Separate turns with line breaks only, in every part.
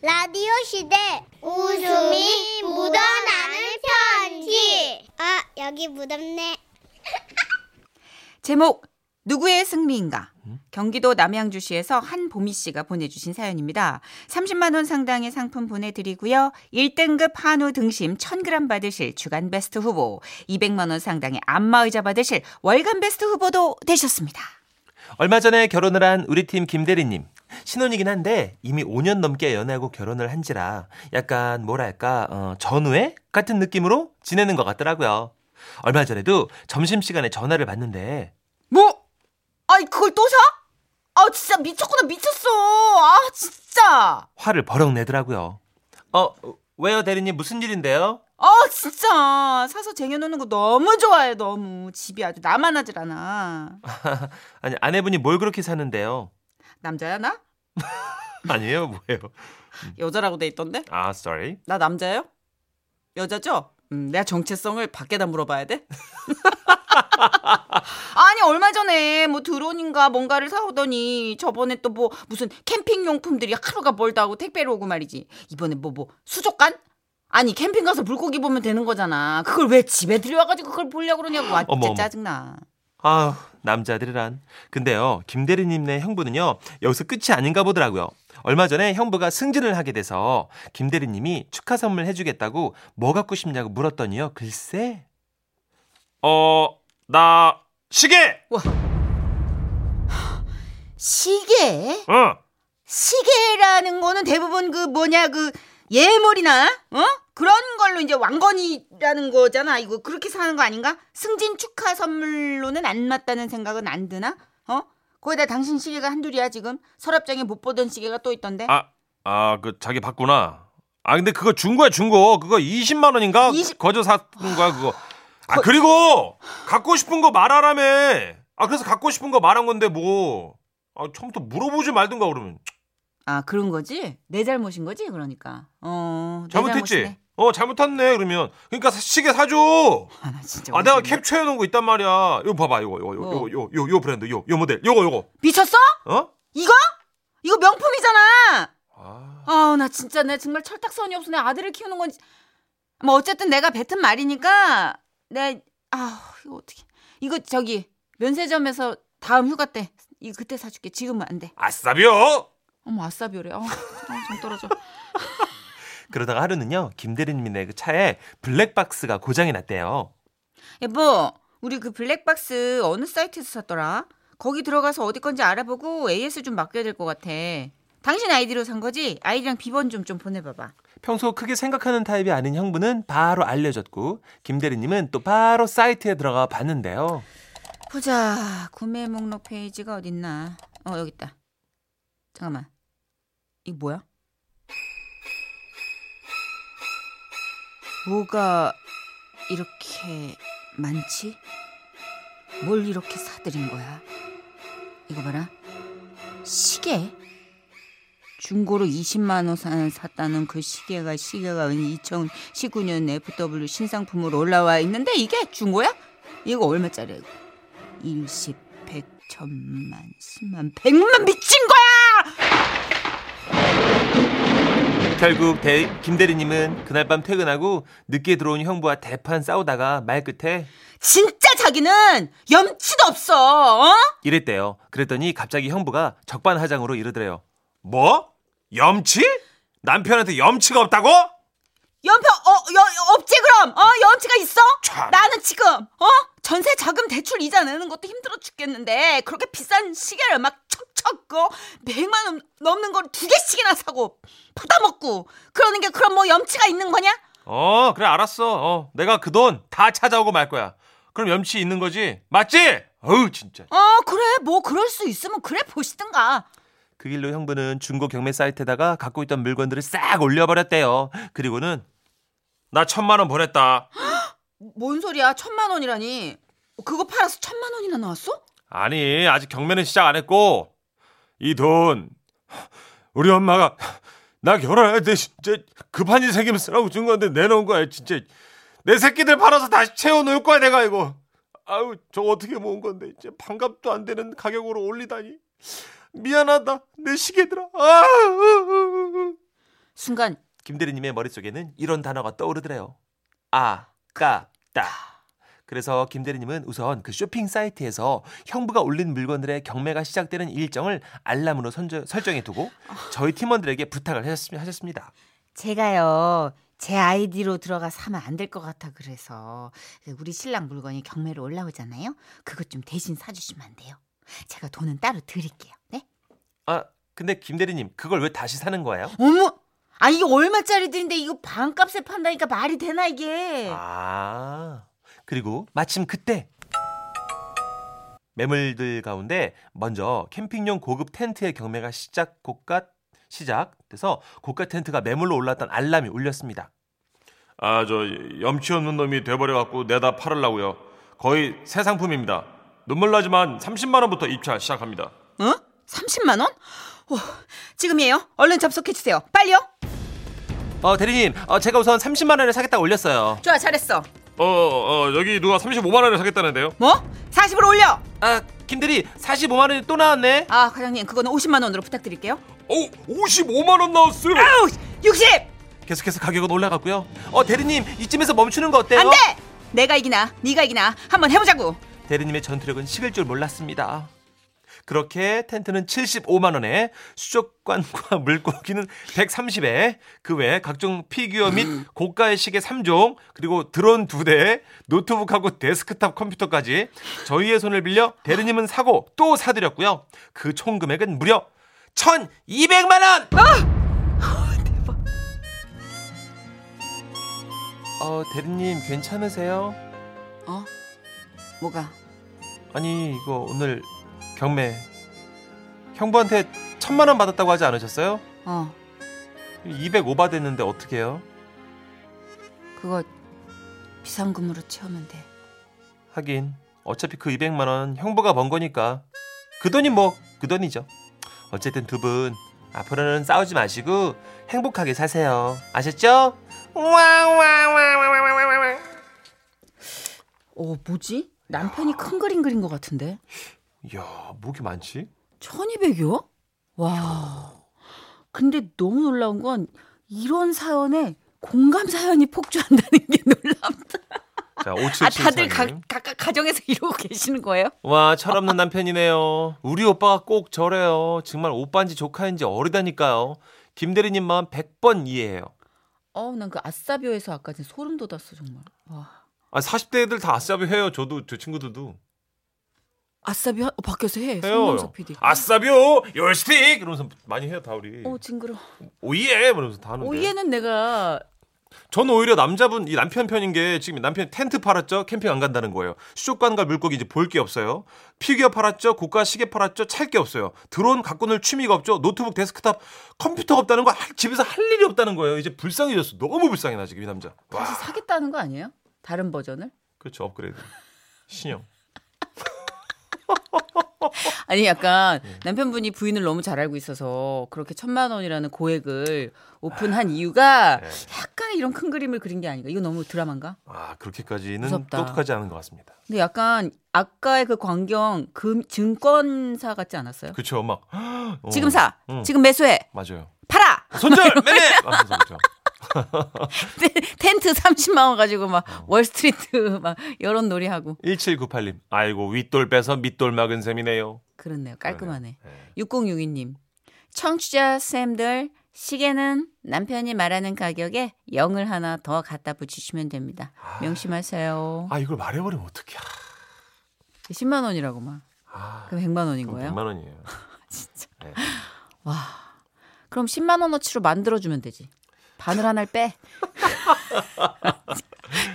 라디오 시대 웃음이 묻어나는 편지 아 여기 묻었네
제목 누구의 승리인가? 경기도 남양주시에서 한보미 씨가 보내주신 사연입니다. 30만 원 상당의 상품 보내드리고요. 1등급 한우 등심 1,000g 받으실 주간 베스트 후보, 200만 원 상당의 안마의자 받으실 월간 베스트 후보도 되셨습니다.
얼마 전에 결혼을 한 우리 팀 김대리님. 신혼이긴 한데 이미 5년 넘게 연애하고 결혼을 한지라 약간 뭐랄까 어, 전후회 같은 느낌으로 지내는 것 같더라고요. 얼마 전에도 점심시간에 전화를 받는데
뭐? 아이 그걸 또 사? 아 진짜 미쳤구나 미쳤어. 아 진짜.
화를 버럭 내더라고요. 어 왜요 대리님 무슨 일인데요?
아 진짜 사서 쟁여놓는 거 너무 좋아해 너무 집이 아주 나만 하질 않아.
아니 아내분이 뭘 그렇게 사는데요?
남자야 나?
아니에요 뭐예요?
여자라고 돼 있던데?
아 sorry.
나 남자예요? 여자죠? 음, 내가 정체성을 밖에다 물어봐야 돼? 아니 얼마 전에 뭐 드론인가 뭔가를 사오더니 저번에 또 뭐 무슨 캠핑 용품들이 하루가 멀다고 택배로 오고 말이지 이번에 뭐 뭐 수족관? 아니 캠핑 가서 물고기 보면 되는 거잖아 그걸 왜 집에 들여와가지고 그걸 보려고 그러냐고 아
어머, 어머.
진짜 짜증나
아휴, 남자들이란. 근데요, 김대리님네 형부는요, 여기서 끝이 아닌가 보더라고요. 얼마 전에 형부가 승진을 하게 돼서 김대리님이 축하 선물 해주겠다고 뭐 갖고 싶냐고 물었더니요, 글쎄. 어, 나, 시계!
시계?
응!
시계라는 거는 대부분 그 뭐냐 그 예물이나 어 그런 걸로 이제 왕건이라는 거잖아 이거 그렇게 사는 거 아닌가 승진 축하 선물로는 안 맞다는 생각은 안 드나 어 거기다 당신 시계가 한둘이야 지금 서랍장에 못 보던 시계가 또 있던데
아, 아, 그 자기 봤구나. 아, 근데 그거 준 거야, 준 거. 그거 20만 원인가?
20
거저 샀던 거야, 그거. 아, 그리고 갖고 싶은 거 말하라며. 아, 그래서 갖고 싶은 거 말한 건데 뭐. 아, 처음부터 물어보지 말든가 그러면.
아 그런 거지 내 잘못인 거지 그러니까 어내
잘못했지.
잘못이네.
어, 잘못했네. 그러면. 그러니까 사- 시계 사줘.
아, 나 진짜
아, 내가
어이없네.
캡처해 놓은 거 있단 말이야. 이거 봐봐. 이거 이거
뭐?
이거 이거 이거 브랜드. 이거 이 모델. 이거 이거.
미쳤어
어?
이거 이거 명품이잖아
아.
아우 나 진짜 내 정말 철딱선이 없어 내 아들을 키우는 건지 뭐 어쨌든 내가 뱉은 말이니까 내 아우 이거 어떻게 이거 저기 면세점에서 다음 휴가 때 이 그때 사줄게 지금은 안돼
아싸비요.
어머 아싸비오래 아정 떨어져
그러다가 하루는요, 김대리님네 그 차에 블랙박스가 고장이 났대요.
여보 우리 그 블랙박스 어느 사이트에서 샀더라 거기 들어가서 어디 건지 알아보고 AS 좀 맡겨야 될 것 같아 당신 아이디로 산 거지 아이디랑 비번 좀 좀 보내봐봐
평소 크게 생각하는 타입이 아닌 형부는 바로 알려줬고, 김대리님은 또 바로 사이트에 들어가 봤는데요.
보자 구매 목록 페이지가 어딨나 어 여기 있다 잠깐만 이거 뭐야 뭐가 이렇게 많지 뭘 이렇게 사들인 거야 이거 봐라 시계 중고로 20만 원 사- 샀다는 그 시계가 시계가 2019년 FW 신상품으로 올라와 있는데 이게 중고야? 이거 얼마짜리야 이거? 일십, 백, 천만, 십만, 백만 미친 거야!
결국 대- 김대리님은 그날 밤 퇴근하고 늦게 들어온 형부와 대판 싸우다가 말 끝에
진짜 자기는 염치도 없어. 어?
이랬대요. 그랬더니 갑자기 형부가 적반하장으로 이러더래요.
뭐? 염치? 남편한테 염치가 없다고?
연표 어, 여, 없지 그럼? 어, 염치가 있어?
참.
나는 지금 어? 전세 자금 대출 이자 내는 것도 힘들어 죽겠는데 그렇게 비싼 시계를 막 척척 거 백만 원 넘는 걸 두 개씩이나 사고 받아먹고 그러는 게 그럼 뭐 염치가 있는 거냐?
어, 그래, 알았어. 어, 내가 그 돈 다 찾아오고 말 거야. 그럼 염치 있는 거지? 맞지? 어우, 진짜.
어 그래 뭐 그럴 수 있으면 그래 보시든가.
그 길로 형부는 중고 경매 사이트에다가 갖고 있던 물건들을 싹 올려버렸대요. 그리고는
나 천만 원 보냈다.
뭔 소리야? 천만 원이라니. 그거 팔아서 천만 원이나 나왔어?
아니, 아직 경매는 시작 안 했고, 이 돈, 우리 엄마가, 나 결혼할 때 진짜 급한 일 생기면 쓰라고 준 건데 내놓은 거야, 진짜. 내 새끼들 팔아서 다시 채워놓을 거야, 내가 이거. 아유, 저 어떻게 모은 건데, 이제 반값도 안 되는 가격으로 올리다니. 미안하다, 내 시계들아. 아, 으, 으, 으, 으.
순간
김대리님의 머릿속에는 이런 단어가 떠오르더래요. 아깝다. 그래서 김대리님은 우선 그 쇼핑 사이트에서 형부가 올린 물건들의 경매가 시작되는 일정을 알람으로 선저- 설정해두고 저희 팀원들에게 부탁을 하셨- 하셨습니다.
제가요 제 아이디로 들어가 사면 안 될 것 같아 그래서 우리 신랑 물건이 경매로 올라오잖아요. 그것 좀 대신 사주시면 안 돼요? 제가 돈은 따로 드릴게요. 네?
아 근데 김대리님 그걸 왜 다시 사는 거예요?
어머, 아 이게 얼마짜리들인데 이거 반값에 판다니까 말이 되나 이게?
아 그리고 마침 그때 매물들 가운데 먼저 캠핑용 고급 텐트의 경매가 시작 고가 시작돼서 고가 텐트가 매물로 올랐던 알람이 울렸습니다.
아 저 염치 없는 놈이 돼버려 갖고 내다 팔으려고요. 거의 새 상품입니다. 눈물 나지만 30만 원부터 입찰 시작합니다.
어? 30만 원? 와, 지금이에요. 얼른 접속해 주세요. 빨리요.
어 대리님, 어, 제가 우선 30만 원에 사겠다 올렸어요.
좋아, 잘했어.
어, 어 여기 누가 35만 원에 사겠다는데요?
뭐? 40으로 올려.
아 김대리 45만 원이 또 나왔네.
아, 과장님, 그거는 50만 원으로 부탁드릴게요.
오, 55만 원 나왔어요.
아우, 60.
계속해서 가격은 올라갔고요. 어 대리님 이쯤에서 멈추는 거 어때요?
안 돼! 내가 이기나, 네가 이기나, 한번 해보자고.
대리님의 전투력은 식을 줄 몰랐습니다. 그렇게 텐트는 75만 원에 수족관과 물고기는 130에 그 외 각종 피규어 및 고가의 시계 3종 그리고 드론 2대 노트북하고 데스크탑 컴퓨터까지 저희의 손을 빌려 대리님은 사고 또 사드렸고요. 그 총 금액은 무려 1,200만 원! 어 대리님 괜찮으세요?
어? 뭐가?
아니 이거 오늘 경매 형부한테 천만 원 받았다고 하지 않으셨어요?
어,
205바 됐는데 어떻게 해요?
그거 비상금으로 채우면 돼.
하긴 어차피 그 200만 원 형부가 번 거니까 그 돈이 뭐 그 돈이죠 어쨌든 두 분 앞으로는 싸우지 마시고 행복하게 사세요 아셨죠? 와와와와와와와
어, 뭐지? 남편이 큰 그림 그린 것 같은데.
이야 목이 많지?
1200이요? 와. 근데 너무 놀라운 건 이런 사연에 공감 사연이 폭주한다는 게 놀랍다.
자
아,
5774님
다들 가, 각각 가정에서 이러고 계시는 거예요?
와 철없는 남편이네요. 우리 오빠가 꼭 저래요. 정말 오빠인지 조카인지 어리다니까요. 김대리님 마음 100번 이해해요.
어, 난 그 아싸비오에서 아까 진짜 소름 돋았어, 정말. 와.
아 40대 애들 다 아싸비 해요. 저도 제 친구들도
아싸비오 어, 밖에서 해.
해요.
성명석 PD.
아싸비요 열스틱 이러면서 많이 해요 다 우리.
어, 징그러.
오예 이러면서 다 하는데.
오이에는 내가
저는 오히려 남자분 이 남편 편인 게 지금 남편 텐트 팔았죠 캠핑 안 간다는 거예요 수족관과 물고기 이제 볼 게 없어요 피규어 팔았죠 고가 시계 팔았죠 찰 게 없어요 드론 갖고 놀 취미가 없죠 노트북 데스크탑 컴퓨터 없다는 거 할- 집에서 할 일이 없다는 거예요 이제 불쌍해졌어 너무 불쌍해 나 지금 이 남자
다시
와
사겠다는 거 아니에요? 다른 버전을?
그렇죠 업그레이드 신형
아니 약간
음.
남편분이 부인을 너무 잘 알고 있어서 그렇게 천만 원이라는 고액을
아.
오픈한 이유가
예.
약간 이런 큰 그림을 그린 게 아닌가. 이거 너무 드라마인가?
아 그렇게까지는
무섭다.
똑똑하지 않은 것 같습니다
근데 약간 아까의 그 광경 금 증권사 같지 않았어요?
그렇죠 막 어,
지금 사,
음.
지금 매수해,
맞아요
팔아.
손절 매매 아, 그렇죠.
텐트 30만 원 가지고 막
어.
월스트리트 막 여론 놀이하고
1798님 아이고 윗돌 빼서 밑돌 막은 셈이네요
그렇네요. 깔끔하네.
네.
6062님. 청취자 쌤들 시계는 남편이 말하는 가격에 0을 하나 더 갖다 붙이시면 됩니다. 명심하세요.
아 이걸 말해버리면 어떡해
10만 원이라고만.
아,
그럼 100만 원인
그럼
거예요?
100만 원이에요
진짜.
네.
와. 그럼 10만 원어치로 만들어 주면 되지. 바늘 하나를 빼.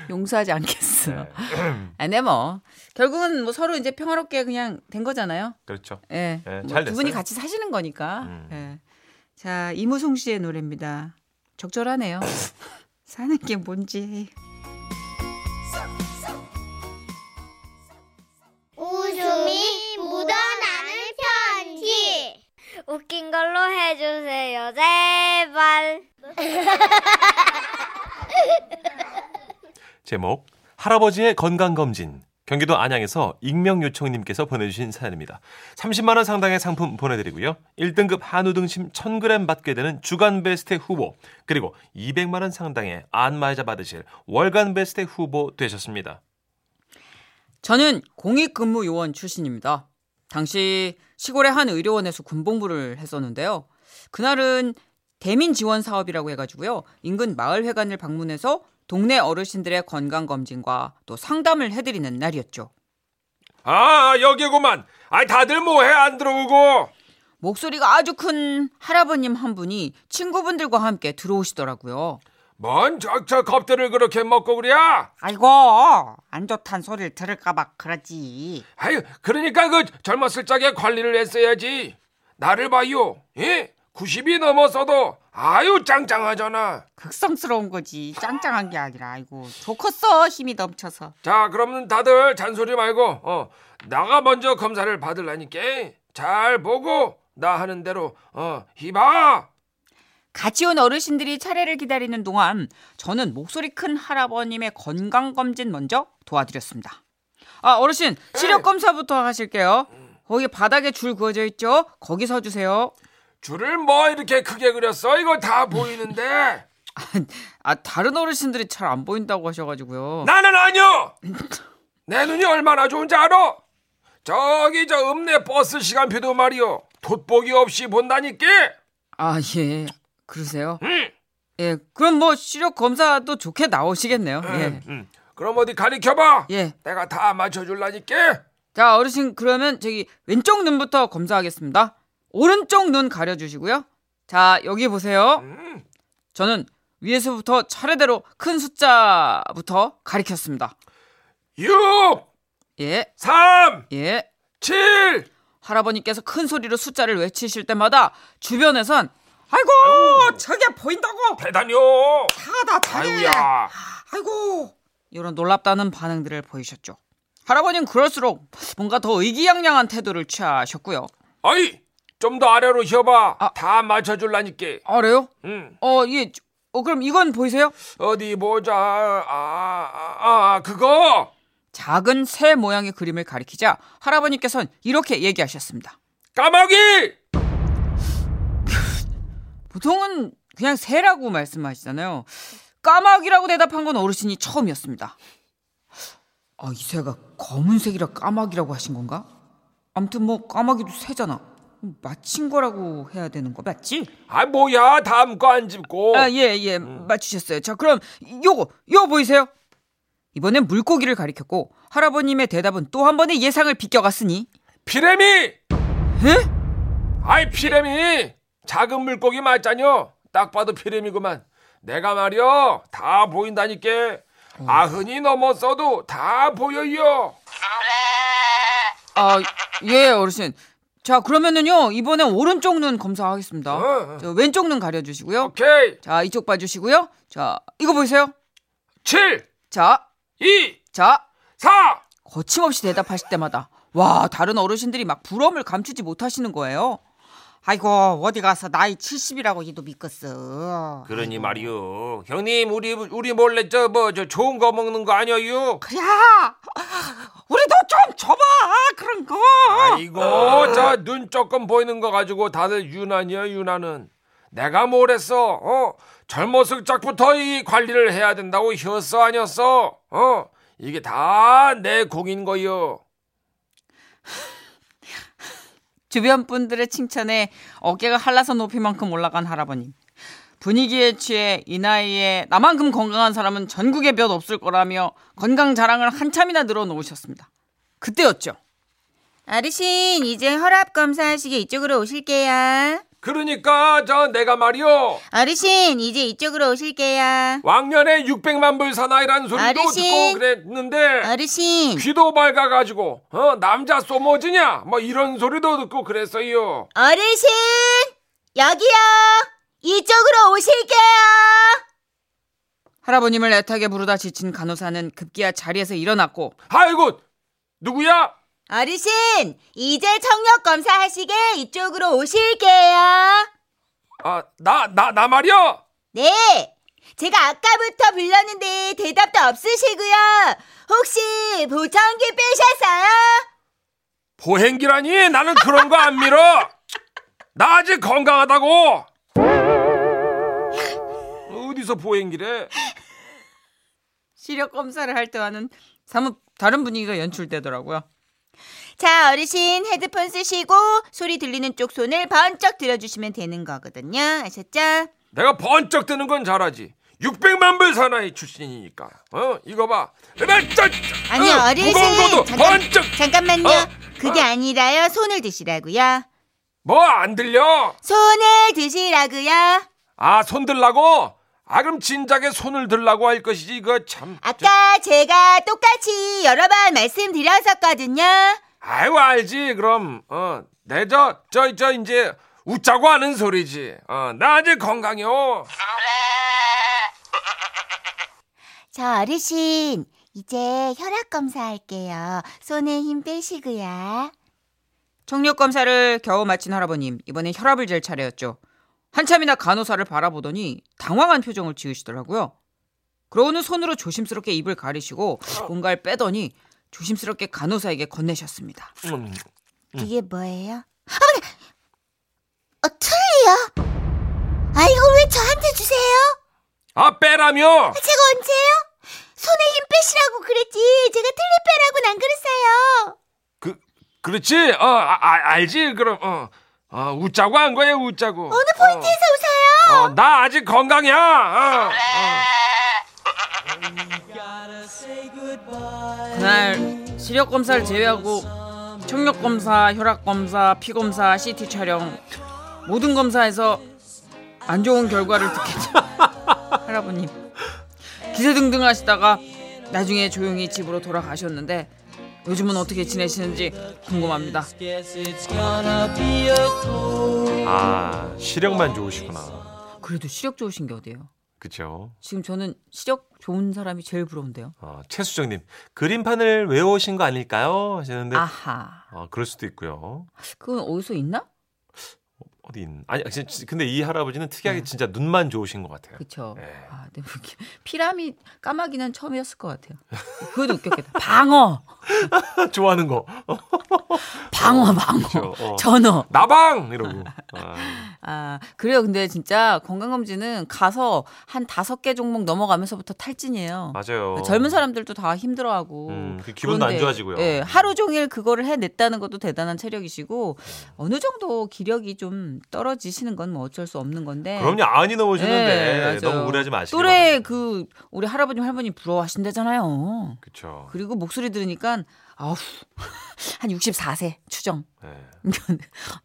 용서하지 않겠어.
네.
아, 네 뭐. 결국은 뭐 서로 이제 평화롭게 그냥 된 거잖아요.
그렇죠.
예.
예,
뭐
잘
두 분이
됐어요.
같이 사시는 거니까.
음.
예. 자, 이무송 씨의 노래입니다. 적절하네요. 사는 게 뭔지.
웃음이 묻어나는 편지. 웃긴 걸로 해주세요, 제발.
제목 할아버지의 건강검진 경기도 안양에서 익명요청님께서 보내주신 사연입니다. 30만 원 상당의 상품 보내드리고요. 1등급 한우 등심 1000g 받게 되는 주간베스트 후보 그리고 200만 원 상당의 안마의자 받으실 월간베스트 후보 되셨습니다.
저는 공익근무 요원 출신입니다. 당시 시골의 한 의료원에서 군복무를 했었는데요. 그날은 대민 지원 사업이라고 해가지고요. 인근 마을회관을 방문해서 동네 어르신들의 건강검진과 또 상담을 해드리는 날이었죠.
아 여기구만. 아 다들 뭐해 안 들어오고.
목소리가 아주 큰 할아버님 한 분이 친구분들과 함께 들어오시더라고요.
뭔 적적 겁들을 그렇게 먹고 그랴?
아이고, 안 좋단 소리를 들을까봐 그러지.
아유, 그러니까 그 젊었을 적에 관리를 했어야지. 나를 봐요. 예? 90이 넘었어도 아유 짱짱하잖아.
극성스러운 거지. 짱짱한 게 아니라, 아이고, 좋겠어. 힘이 넘쳐서.
자, 그러면 다들 잔소리 말고 어, 나가 먼저 검사를 받으라니까. 잘 보고 나 하는 대로 어, 이봐.
같이 온 어르신들이 차례를 기다리는 동안 저는 목소리 큰 할아버님의 건강 검진 먼저 도와드렸습니다. 아 어르신 시력 검사부터 하실게요. 거기 바닥에 줄 그어져 있죠? 거기 서 주세요.
줄을 뭐 이렇게 크게 그렸어? 이거 다 보이는데.
아 다른 어르신들이 잘 안 보인다고 하셔가지고요.
나는 아니요. 내 눈이 얼마나 좋은지 알아? 저기 저 읍내 버스 시간표도 말이요. 돋보기 없이 본다니까.
아 예. 그러세요?
응.
예. 그럼 뭐 시력 검사도 좋게 나오시겠네요. 예.
음. 그럼 어디 가리켜봐.
예.
내가 다 맞춰줄라니까.
자 어르신 그러면 저기 왼쪽 눈부터 검사하겠습니다. 오른쪽 눈 가려주시고요. 자 여기 보세요.
음.
저는 위에서부터 차례대로 큰 숫자부터 가리켰습니다.
6,
예,
3,
예.
7.
할아버님께서 큰 소리로 숫자를 외치실 때마다 주변에선 아이고, 저게 보인다고
대단요.
다다
아이고야.
아이고 이런 놀랍다는 반응들을 보이셨죠. 할아버님 그럴수록 뭔가 더 의기양양한 태도를 취하셨고요.
아이, 좀 더 아래로 휘어봐.
아.
다 맞춰줄라니까.
알아요?
음.
어, 예. 어, 그럼 이건 보이세요?
어디 보자. 아, 아, 아, 아, 그거.
작은 새 모양의 그림을 가리키자 할아버님께서는 이렇게 얘기하셨습니다.
까마귀.
보통은 그냥 새라고 말씀하시잖아요. 까마귀라고 대답한 건 어르신이 처음이었습니다. 아, 이 새가 검은색이라 까마귀라고 하신 건가? 아무튼 뭐 까마귀도 새잖아. 음, 맞힌 거라고 해야 되는 거 맞지?
아, 뭐야. 다음 거 안 짚고.
아, 예, 예.
음.
맞추셨어요. 자, 그럼 요거, 요거 보이세요? 이번엔 물고기를 가리켰고 할아버님의 대답은 또 한 번의 예상을 비껴갔으니
피레미. 아이, 피레미. 작은 물고기 맞자뇨. 딱 봐도 피레미구만. 내가 말이요. 다 보인다니까. 아흔이 넘었어도 다 보여요.
아, 예, 어르신. 자, 그러면은요, 이번엔 오른쪽 눈 검사하겠습니다.
어, 어.
저 왼쪽 눈 가려주시고요.
오케이.
자, 이쪽 봐주시고요. 자, 이거 보이세요?
7,
자,
2,
자,
4.
거침없이 대답하실 때마다, 와, 다른 어르신들이 막 부러움을 감추지 못하시는 거예요. 아이고, 어디 가서 나이 70이라고 이도 믿겠어.
그러니 말이요. 형님, 우리, 우리 몰래 저, 뭐, 저 좋은 거 먹는 거 아니에요?
야! 우리도 좀 줘봐! 그런 거!
어.
아이고, 저 눈 조금 보이는 거 가지고 다들 유난이야, 유난은. 내가 뭘 했어? 어? 젊었을 적부터 이 관리를 해야 된다고 혔어, 아니었어? 어? 이게 다 내 공인 거요.
주변 분들의 칭찬에 어깨가 한라산 높이만큼 올라간 할아버님. 분위기에 취해 이 나이에 나만큼 건강한 사람은 전국에 몇 없을 거라며 건강 자랑을 한참이나 늘어놓으셨습니다. 그때였죠.
어르신 이제 혈압 검사하시게 이쪽으로 오실게요.
그러니까 저 내가 말이요.
어르신 이제 이쪽으로 오실게요.
왕년에 600만 불 사나이라는 소리도
어르신.
듣고 그랬는데
어르신
귀도 밝아가지고 어 남자 소모지냐 뭐 이런 소리도 듣고 그랬어요.
어르신 여기요. 이쪽으로 오실게요.
할아버님을 애타게 부르다 지친 간호사는 급기야 자리에서 일어났고
아이고 누구야?
어르신 이제 청력 검사하시게 이쪽으로 오실게요.
아 나 나 나 말이야.
네. 제가 아까부터 불렀는데 대답도 없으시고요. 혹시 보청기 빼셨어요?
보행기라니 나는 그런 거 안 밀어. 나 아직 건강하다고. 어디서 보행기래?
시력 검사를 할 때와는 사뭇 다른 분위기가 연출되더라고요.
자, 어르신 헤드폰 쓰시고 소리 들리는 쪽 손을 번쩍 들어주시면 되는 거거든요. 아셨죠?
내가 번쩍 드는 건 잘하지. 600만 불 사나이 출신이니까. 어 이거 봐.
아니,
아니요
어르신.
무거운 것도
잠깐,
번쩍.
잠깐만요.
어,
그게 아니라요. 손을 드시라고요.
뭐 안 들려?
손을 드시라고요.
아 손 들라고? 아 그럼 진작에 손을 들라고 할 것이지 이거 참.
아까 제가 똑같이 여러 번 말씀드렸었거든요.
아이고 알지 그럼 어, 어내저저 저 이제 웃자고 하는 소리지 어나 아직 건강해요
저 어르신, 이제 혈압 검사할게요. 손에 힘 빼시고요.
청력 검사를 겨우 마친 할아버님 이번엔 혈압을 잴 차례였죠. 한참이나 간호사를 바라보더니 당황한 표정을 지으시더라고요. 그러고는 손으로 조심스럽게 입을 가리시고 뭔가를 빼더니 조심스럽게 간호사에게 건네셨습니다.
음,
이게 뭐예요? 어머니! 어, 틀리요? 아, 이거 왜 저한테 주세요?
아 빼라며
제가 언제요? 손에 힘 빼시라고 그랬지. 제가 틀리 빼라고는 안 그랬어요.
그 그렇지 어 아, 아, 알지 그럼 어, 어 웃자고 한 거야 웃자고 어느 포인트에서 웃어요 어나 아직 건강이야 어, 어.
그날 시력 검사를 제외하고 청력 검사, 혈압 검사, 피 검사, CT 촬영 모든 검사에서 안 좋은 결과를 듣겠죠. 할아버님 기세등등하시다가 나중에 조용히 집으로 돌아가셨는데 요즘은 어떻게 지내시는지 궁금합니다.
아 시력만 좋으시구나.
그래도 시력 좋으신 게 어디예요?
그렇죠.
지금 저는 시력 좋은 사람이 제일 부러운데요.
어, 최수정님 그림판을 외우신 거 아닐까요? 하시는데
아하,
어, 그럴 수도 있고요.
그건 어디서 있나?
어디 있는? 아니 진- 진- 근데 이 할아버지는 특이하게
네.
진짜 눈만 좋으신 것 같아요.
그쵸.
예.
아, 근데 뭐 이렇게 피라미 까마귀는 처음이었을 것 같아요. 그것도 웃겼겠다. 방어, 그
좋아하는 거. 어,
방어, 방어,
그쵸. 어.
전어.
나방
이러고. 아,
아, 그래요. 근데 진짜 건강검진은 가서 한 다섯 개 종목 넘어가면서부터 탈진이에요.
맞아요. 어.
그 젊은 사람들도 다 힘들어하고.
음, 그 기분도 안
그런데,
좋아지고요. 음.
예, 하루 종일 그거를 해냈다는 것도 대단한 체력이시고 어느 정도 기력이 좀 떨어지시는 건 뭐 어쩔 수 없는 건데.
그럼요. 아니 넘어지는데
예, 맞아요.
너무 우려하지 마시고.
또래 그 우리 할아버님 할머니 부러워하신다잖아요.
그렇죠.
그리고 목소리 들으니까 아우 한 64세 추정
예.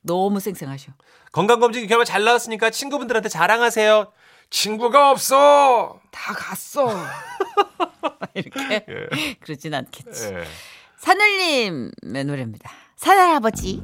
너무 쌩쌩하셔.
건강검진 결과 잘 나왔으니까 친구분들한테 자랑하세요.
친구가 없어
다 갔어. 예. 이렇게 그러진 않겠지.
예.
산울림의 노래입니다. 산할아버지.